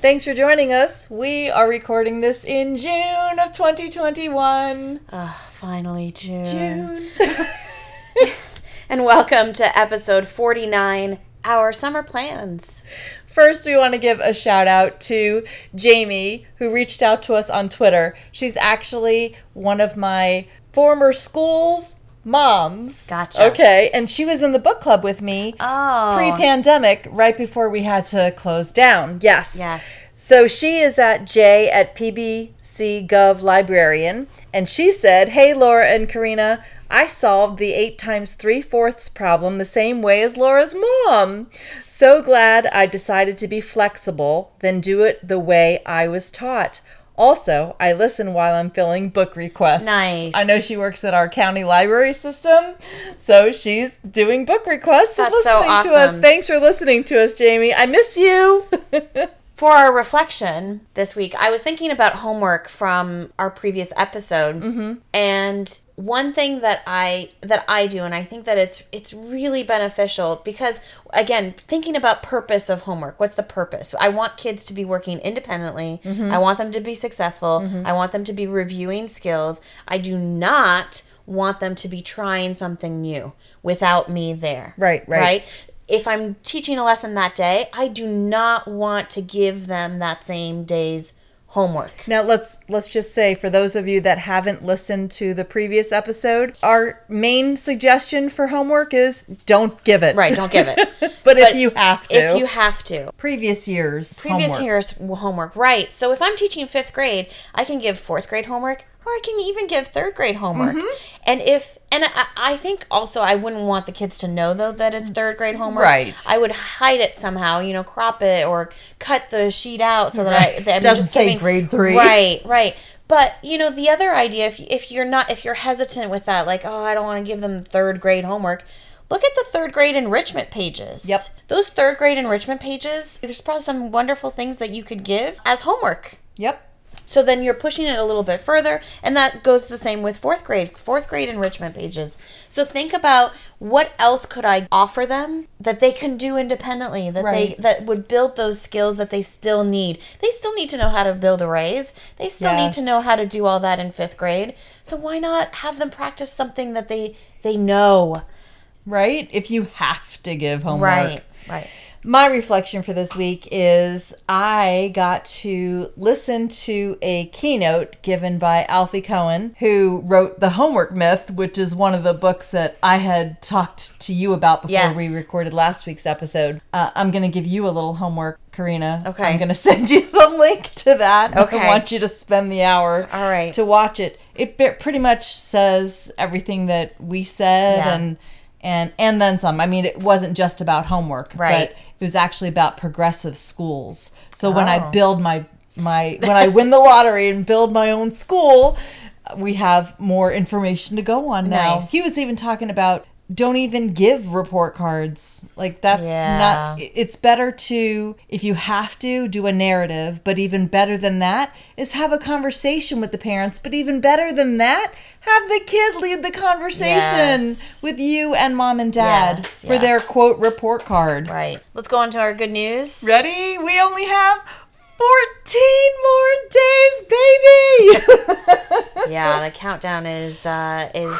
Thanks for joining us. We are recording this in June of 2021. Finally, June. June. And welcome to episode 49 Our Summer Plans. First, we want to give a shout out to Jamie, who reached out to us on Twitter. She's actually one of my former school's moms. Gotcha. Okay, and she was in the book club with me Oh. pre pandemic, right before we had to close down. Yes. Yes. So she is at J at PBC Gov Librarian, and she said, Hey, Laura and Karina, I solved the 8 times 3 fourths problem the same way as Laura's mom. So glad I decided to be flexible, then do it the way I was taught. Also, I listen while I'm filling book requests. Nice. I know she works at our county library system, so she's doing book requests and That's so listening to us. awesome. Thanks for listening to us, Jamie. I miss you. For our reflection this week, I was thinking about homework from our previous episode, Mm-hmm. and one thing that I that I do, and I think that it's it's really beneficial because again, thinking about purpose of homework. What's the purpose? I want kids to be working independently. Mm-hmm. I want them to be successful. I want them to be reviewing skills. I do not want them to be trying something new without me there. Right, right. Right? If I'm teaching a lesson that day, I do not want to give them that same day's homework. Now let's let's just say for those of you that haven't listened to the previous episode, our main suggestion for homework is don't give it. Right, don't give it. but, if you have to, If you have to. previous years, Previous homework. year's homework, right. So if I'm teaching fifth grade, I can give fourth grade homework or I can even give third grade homework. Mm-hmm. And if, and I, I think also I wouldn't want the kids to know though that it's third grade homework. Right. I would hide it somehow, you know, crop it or cut the sheet out so that I, that I'm Doesn't just say giving, grade three. Right. Right, right. But you know, the other idea, if if you're not, if you're hesitant with that, like, oh, I don't want to give them third grade homework. Look at the third grade enrichment pages. Yep. Those third grade enrichment pages, there's probably some wonderful things that you could give as homework. Yep. So then you're pushing it a little bit further, and that goes the same with fourth grade, fourth grade enrichment pages. So think about what else could I offer them that they can do independently, that Right. they that would build those skills that they still need. They still need to know how to build arrays. They still need Yes. to know how to do all that in fifth grade. So why not have them practice something that they they know? Right? If you have to give homework. Right. Right. My reflection for this week is I got to listen to a keynote given by Alfie Cohen, who wrote The Homework Myth, which is one of the books that I had talked to you about before Yes. we recorded last week's episode. Uh, I'm going to give you a little homework, Karina. Okay. I'm going to send you the link to that. I Okay. want you to spend the hour All right. to watch it. It be- pretty much says everything that we said Yeah. and and and then some. I mean, it wasn't just about homework, Right. but it was actually about progressive schools. So when Oh. I build my my when I win the lottery and build my own school, we have more information to go on now. Nice. He was even talking about don't even give report cards. Like that's Yeah. not it- it's better to if you have to do a narrative, but even better than that is have a conversation with the parents, but even better than that, have the kid lead the conversation Yes. with you and mom and dad Yes, for yeah. their quote report card. Right. Let's go on to our good news. Ready? We only have 14 more days, baby. yeah, the countdown is uh, is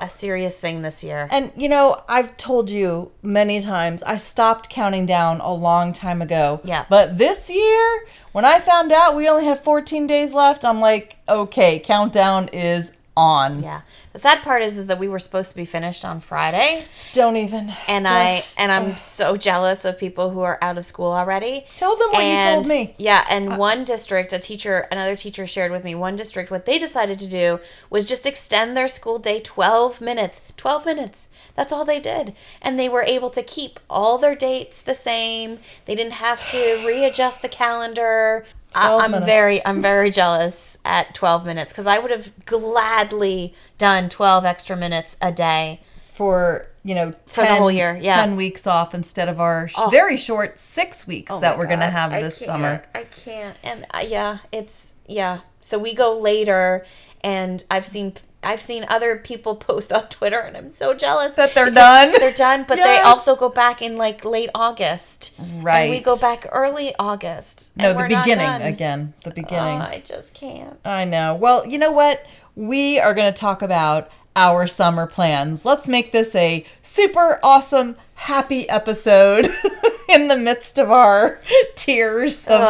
a serious thing this year. And you know, I've told you many times, I stopped counting down a long time ago. Yeah. But this year, when I found out we only had 14 days left, I'm like, okay, countdown is on. Yeah, The sad part is, is that we were supposed to be finished on Friday, Don't even. and I and I'm so jealous of people who are out of school already. Tell them what you told me. Uh. Yeah, and one district, a teacher, another teacher shared with me. One district, what they decided to do was just extend their school day 12 minutes. 12 minutes. That's all they did, and they were able to keep all their dates the same. They didn't have to readjust the calendar. I, 12 I'm minutes. very, I'm very jealous at 12 minutes because I would have gladly done 12 extra minutes a day. for you know For the whole year, yeah. Oh. 10 weeks off instead of our sh- very short six weeks that we're going to God, have I this can't- summer I can't. And uh, yeah, it's yeah. So we go later, and I've seen I've seen other people post on Twitter, and I'm so jealous That they're because done? They're done, but Yes. they also go back in like late August. And we Right. go back early August. no and the we're not beginning done. again the Oh, beginning I just can't. i know well you know what we are going to talk about our summer plans let's make this a super awesome happy episode in the midst of our tears of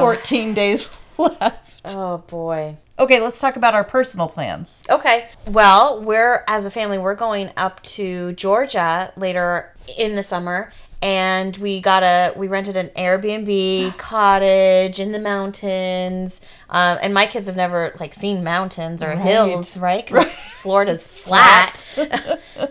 14 days left Oh boy. okay let's talk about our personal plans Okay. Well, we're as a family, we're going up to Georgia later in the summer and we got a we rented an Airbnb cottage in the mountains. Um, and my kids have never like seen mountains or hills, right? 'Cause Florida's flat.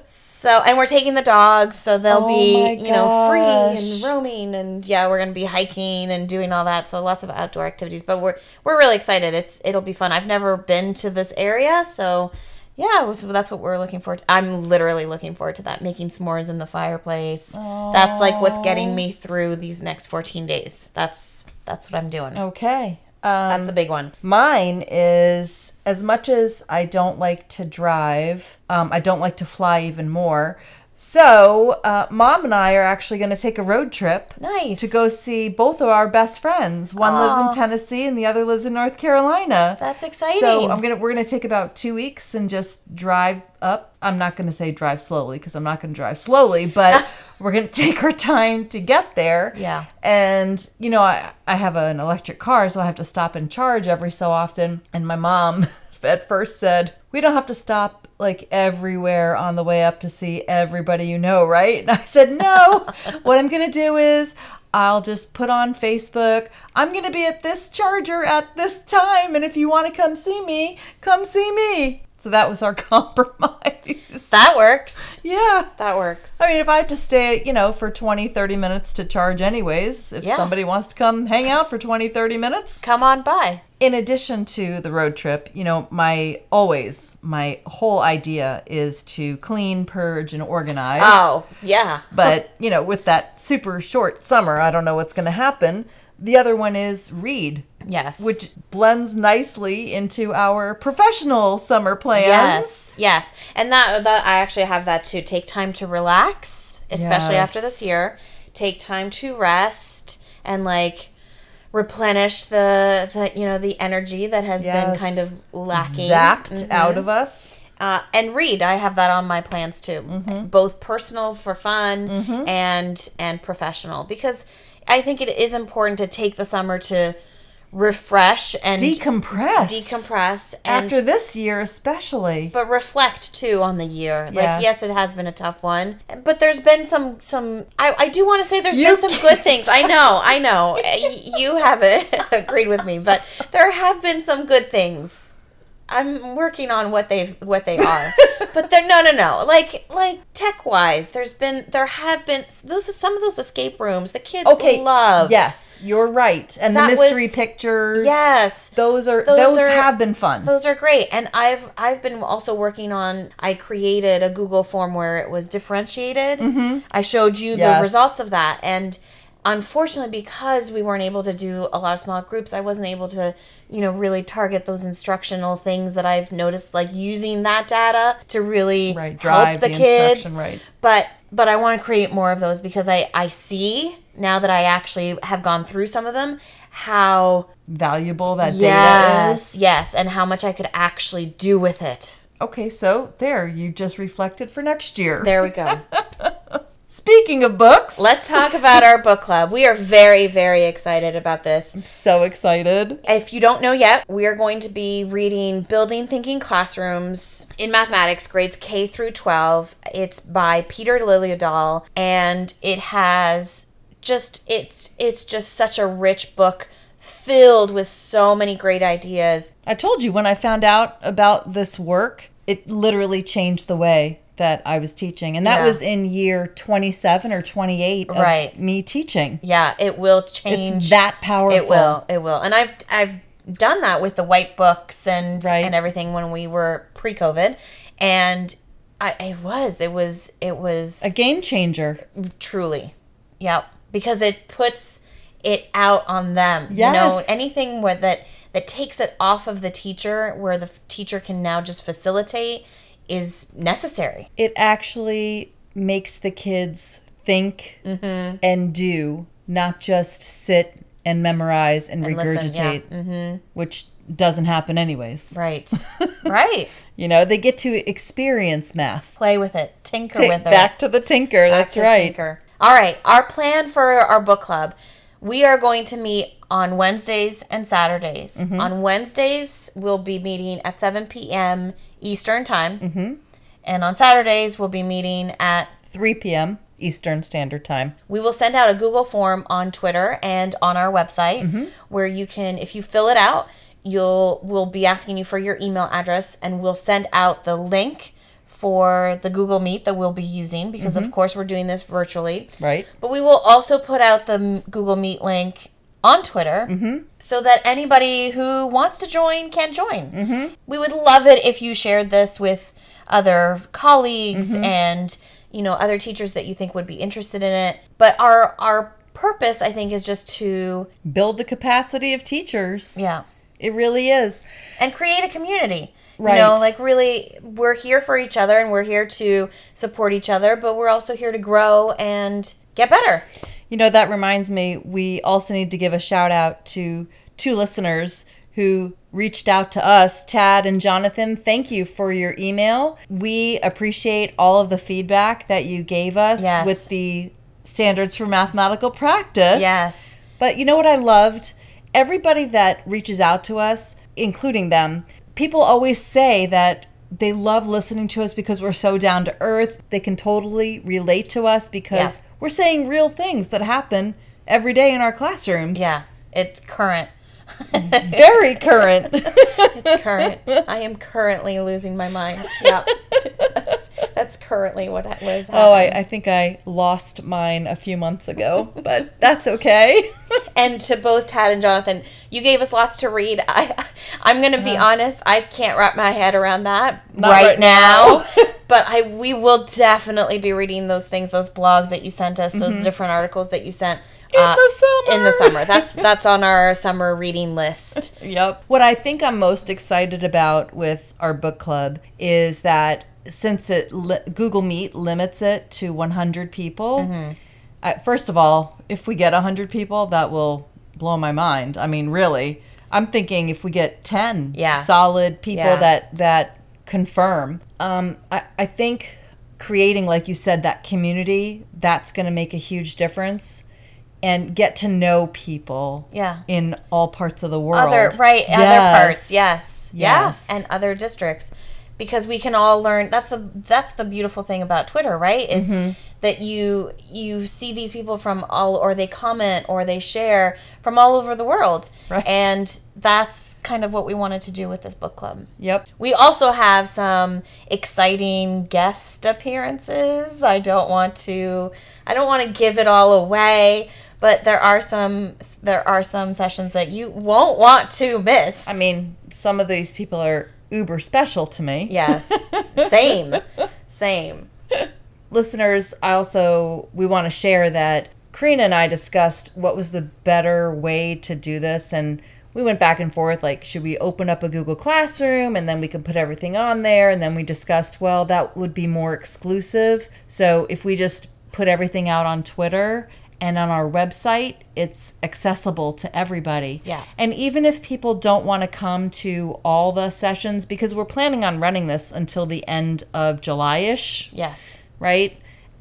so, and we're taking the dogs, so they'll Oh my be, you know, free gosh. and roaming and yeah, we're going to be hiking and doing all that. So, lots of outdoor activities, but we're we're really excited. It's it'll be fun. I've never been to this area, so yeah, so that's what we're looking forward to. I'm literally looking forward to that. Making s'mores in the fireplace. That's like what's getting me through these next 14 days. That's that's what I'm doing. okay um, That's the big one. Mine is as much as I don't like to drive, um, I don't like to fly even more. So, uh, mom and I are actually going to take a road trip Nice. to go see both of our best friends. One lives in Tennessee and the other lives in North Carolina. That's exciting. So I'm gonna we're gonna take about two weeks and just drive up. I'm not gonna say drive slowly because I'm not gonna drive slowly, but we're gonna take our time to get there. Yeah. And you know, I I have an electric car, so I have to stop and charge every so often. And my mom at first said, "We don't have to stop." Like everywhere on the way up to see everybody you know, right? And I said, No, what I'm gonna do is I'll just put on Facebook, I'm going to be at this charger at this time. And if you want to come see me, come see me. So that was our compromise. that works. yeah. That works. I mean, if I have to stay, you know, for 20, 30 minutes to charge anyways, if Yeah. somebody wants to come hang out for 20, 30 minutes. Come on by. In addition to the road trip, you know, my always, my whole idea is to clean, purge, and organize. Oh, yeah. But, you know, with that super short summer, I don't know what's going to happen. The other one is read, Yes. which blends nicely into our professional summer plans. Yes, yes, and that that I actually have that too. Take time to relax, especially after this Yes. year. Take time to rest and like replenish the the you know the energy that has been Yes. kind of lacking. Mm-hmm. Zapped out of us. Uh, and read. I have that on my plans too, Mm-hmm. both personal for fun and and professional because I think it is important to take the summer to refresh and Decompress. decompress and After this year, especially. but reflect too on the year. Like Yes. yes, it has been a tough one, but there's been some some. I, I do want to say there's You been some good things. I know, I know. Uh, y- you haven't agreed with me, but there have been some good things. I'm working on what they what they are, but they're no no no like like tech wise. There's been there have been those some of those escape rooms the kids Okay. loved. Yes, you're right. And That the was- mystery pictures. yes, Those are those, Those are- have been fun. those are great and i've i've been also working on i created a google form where it was differentiated i showed you Mm-hmm. Yes. the results of that and unfortunately because we weren't able to do a lot of small groups i wasn't able to you know really target those instructional things that i've noticed like using that data to really right. drive help Drive the, the, kids instruction right. but but I want to create more of those because I I see now that I actually have gone through some of them how Valuable that data yes, is. Yes, and how much I could actually do with it. Okay, so there, you just reflected for next year. There we go. Speaking of books, Let's talk about our book club. We are very, very excited about this. So excited. If you don't know yet, we are going to be reading Building Thinking Classrooms in Mathematics, grades K through 12. It's by Peter Liliadahl and it has just it's it's just such a rich book filled with so many great ideas. I told you when I found out about this work, it literally changed the way that I was teaching. And that Yeah. was in year 27 or 28 of Right. me teaching. Yeah, it will change It's that powerful. It will. It will. And I've I've done that with the white books and Right. and everything when we were pre-COVID, and I it was it was it was A game changer. truly, yep, because it puts it out on them. You know, Yes. anything where that that takes it off of the teacher, where the teacher can now just facilitate, is necessary. It actually makes the kids think Mm-hmm. and do, not just sit and memorize and, regurgitate, listen, yeah. Mm-hmm. which doesn't happen anyways. Right. right. You know, they get to experience math. Play with it. Tinker Ta- with it. back to the tinker. That's Active right. Tinker. All right, our plan for our book club. We are going to meet on Wednesdays and Saturdays. Mm-hmm. On Wednesdays, we'll be meeting at 7 p.m. Eastern Time. Mm-hmm. And on Saturdays, we'll be meeting at. 3 p.m. Eastern Standard Time. We will send out a Google form on Twitter and on our website Mm-hmm. where you can, if you fill it out, you'll we'll be asking you for your email address and we'll send out the link for the Google Meet that we'll be using because Mm-hmm. of course we're doing this virtually. Right. But we will also put out the m- Google Meet link on Twitter so that anybody who wants to join can join. Mm-hmm. We would love it if you shared this with other colleagues and you know other teachers that you think would be interested in it. But our our purpose I think is just to Build the capacity of teachers. yeah It really is. and create a community. Right. You know, like really we're here for each other and we're here to support each other, but we're also here to grow and get better. You know, that reminds me, we also need to give a shout out to two listeners who reached out to us, Tad and Jonathan. Thank you for your email. We appreciate all of the feedback that you gave us Yes. with the standards for mathematical practice. Yes. But you know what I loved? Everybody that reaches out to us, including them, people always say that they love listening to us because we're so down to earth. They can totally relate to us because Yeah. we're saying real things that happen every day in our classrooms. Yeah, it's current. Very current. It's current. I am currently losing my mind. Yeah. that's, that's currently what, ha- what is oh, happening. I, I think I lost mine a few months ago, but that's okay. and to both Tad and Jonathan, you gave us lots to read. I, I'm going to be honest, I can't wrap my head around that Uh-huh. Not right, right now. now. but I we will definitely be reading those things, those blogs that you sent us, those different articles that you sent. In Mm-hmm. the summer. In the summer. That's that's on our summer reading list. Yep. What I think I'm most excited about with our book club is that since it li- Google Meet limits it to 100 people. Mm-hmm. I, first of all, if we get 100 people, that will blow my mind. I mean, really, I'm thinking if we get 10 Yeah. solid people Yeah. that that confirm, um, I, I think creating, like you said, that community that's going to make a huge difference. And get to know people Yeah. in all parts of the world other right other parts yes Yes. yeah and other districts because we can all learn that's the that's the beautiful thing about twitter right is Mm-hmm. that you you see these people from all or they comment or they share from all over the world Right. and that's kind of what we wanted to do with this book club Yep. we also have some exciting guest appearances. I don't want to I don't want to give it all away, but there are some there are some sessions that you won't want to miss. I mean, some of these people are uber special to me. yes. Same. Same. Listeners, I also we want to share that Karina and I discussed what was the better way to do this and we went back and forth like should we open up a Google Classroom and then we can put everything on there and then we discussed well that would be more exclusive. So if we just put everything out on Twitter and on our website, it's accessible to everybody. Yeah. And even if people don't want to come to all the sessions, because we're planning on running this until the end of July ish, Yes. right?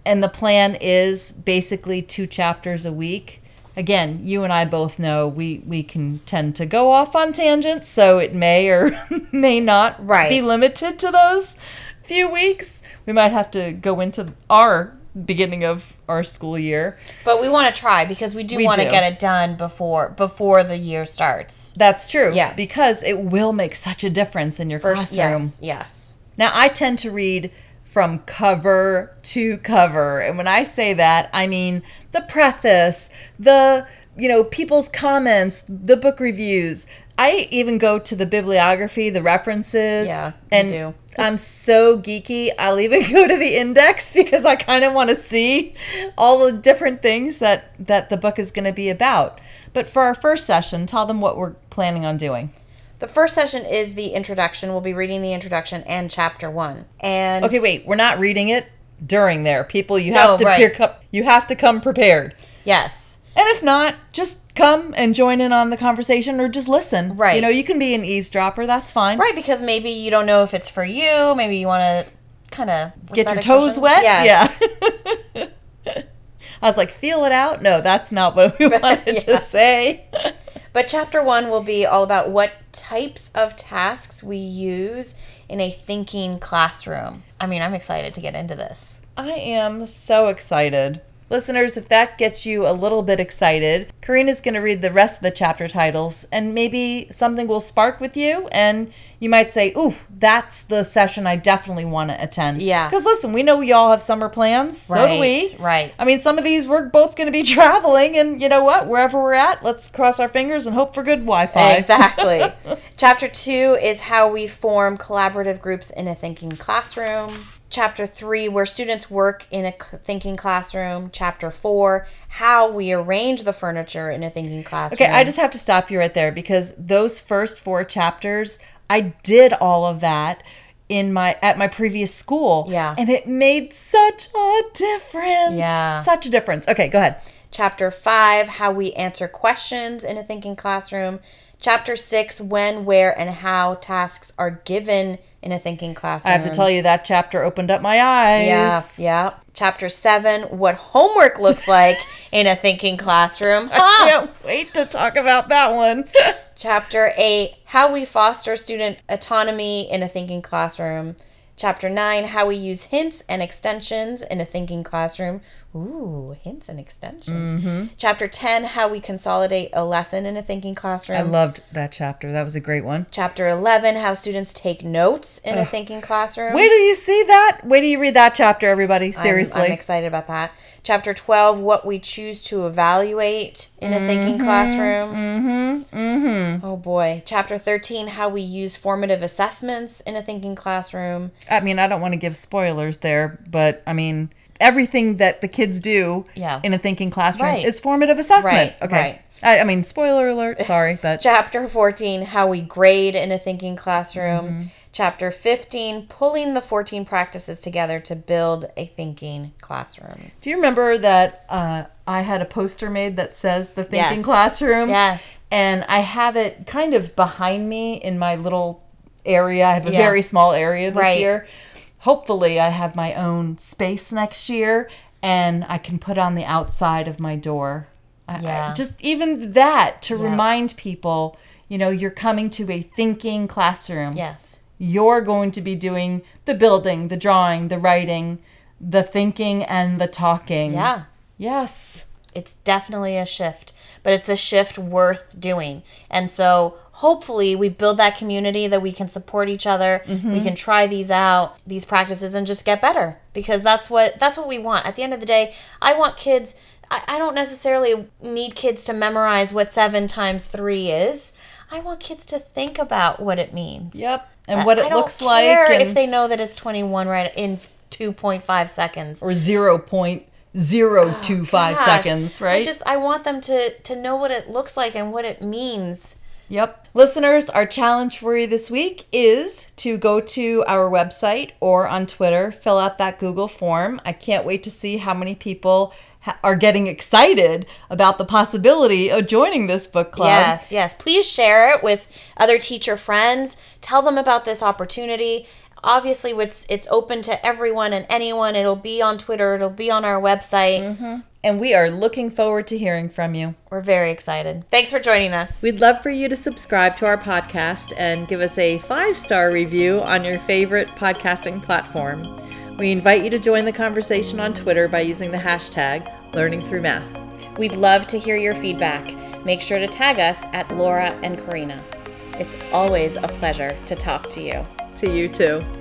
And the plan is basically two chapters a week. Again, you and I both know we, we can tend to go off on tangents, so it may or may not Right. be limited to those few weeks. We might have to go into our beginning of our school year. But we want to try because we do We want to do. get it done before before the year starts. That's true. Yeah. Because it will make such a difference in your First, classroom. yes, yes. Now, I tend to read from cover to cover. And when I say that, I mean the preface, the, you know, people's comments, the book reviews. I even go to the bibliography, the references. Yeah, you and do. I'm so geeky. I'll even go to the index because I kind of want to see all the different things that that the book is going to be about. But for our first session, tell them what we're planning on doing. The first session is the introduction. We'll be reading the introduction and chapter one. And Okay, wait. We're not reading it during there. People, you No, have to Oh, right. peer cup- you have to come prepared. Yes. And if not, just come and join in on the conversation or just listen. Right. You know, you can be an eavesdropper. That's fine. Right, because maybe you don't know if it's for you. Maybe you want to kind of Get your toes wet. Yes. Yeah. I was like, feel it out. No, that's not what we wanted Yeah. to say. But chapter one will be all about what types of tasks we use in a thinking classroom. I mean, I'm excited to get into this. I am so excited. Listeners, if that gets you a little bit excited, Karina's going to read the rest of the chapter titles and maybe something will spark with you and you might say, "Ooh, that's the session I definitely want to attend." Yeah. Cuz listen, we know we all have summer plans, so do we. Right. I mean, some of these we're both going to be traveling and you know what? Wherever we're at, let's cross our fingers and hope for good Wi-Fi. Exactly. Chapter two is how we form collaborative groups in a thinking classroom. Chapter three, where students work in a cl- thinking classroom. Chapter four, how we arrange the furniture in a thinking classroom. Okay, I just have to stop you right there because those first four chapters, I did all of that in my at my previous school. Yeah. And it made such a difference. Yeah. Such a difference. Okay, go ahead. Chapter five, how we answer questions in a thinking classroom. Chapter six, when, where, and how tasks are given in a thinking classroom. I have to tell you that chapter opened up my eyes. Yeah, yeah. Chapter seven, what homework looks like in a thinking classroom. Huh. Can't wait to talk about that one. Chapter 8 How we foster student autonomy in a thinking classroom. Chapter 9 How we use hints and extensions in a thinking classroom. Ooh, hints and extensions. Chapter 10 How we consolidate a lesson in a thinking classroom. I loved that chapter. That was a great one. Chapter 11 How students take notes in a thinking classroom. Wait till you see that. Wait till you read that chapter, everybody. I'm- Seriously. I'm, excited about that. Chapter 12 What we choose to evaluate in a thinking classroom. Mm-hmm. Mm-hmm. Oh boy. Chapter 13 How we use formative assessments in a thinking classroom. I mean, I don't want to give spoilers there, but I mean, everything that the kids do Yeah. in a thinking classroom Right. is formative assessment. Right, okay. I, I mean, spoiler alert. Sorry, but Chapter 14 How we grade in a thinking classroom. Chapter 15 Pulling the 14 practices together to build a thinking classroom. do you remember that uh, I had a poster made that says the thinking Yes. classroom? Yes. And I have it kind of behind me in my little area. I have a Yeah. very small area this Right. year. Hopefully, I have my own space next year and I can put on the outside of my door. I- I- Yeah. just even that to remind people, you know, you're coming to a thinking classroom. Yes. You're going to be doing the building, the drawing, the writing, the thinking, and the talking. Yeah. Yes. it's definitely a shift, but it's a shift worth doing. And so hopefully we build that community that we can support each other, Mm-hmm. we can try these out, these practices and just get better because that's what that's what we want. At the end of the day, I want kids I, I don't necessarily need kids to memorize what seven times three is. I want kids to think about what it means. Yep. And what it I don't looks care like. if and- they know that it's twenty one right in two point five seconds. or 0.025 Oh, Gosh, seconds, right? I just I want them to to know what it looks like and what it means. Yep. Listeners, our challenge for you this week is to go to our website or on Twitter, fill out that Google form. I can't wait to see how many people ha- are getting excited about the possibility of joining this book club. Yes, yes. Please share it with other teacher friends. Tell them about this opportunity. obviously it's it's open to everyone and anyone. It'll be on Twitter. It'll be on our website. Mm-hmm. And we are looking forward to hearing from you. We're very excited. Thanks for joining us. We'd love for you to subscribe to our podcast and give us a five star review on your favorite podcasting platform. We invite you to join the conversation on Twitter by using the hashtag learning through math. We'd love to hear your feedback. Make sure to tag us at Laura and Karina. It's always a pleasure to talk to you. To you too.